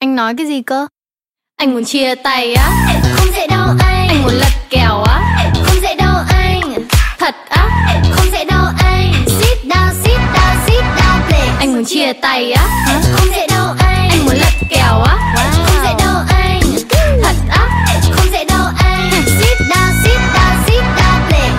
Anh nói cái gì cơ? Anh muốn chia tay á Không dễ đâu anh Anh muốn lật kèo á Không dễ đâu anh Thật á Không dễ đâu anh Sit down, sit down, sit down please Anh muốn chia tay á Không dễ đâu anh Anh muốn lật kèo á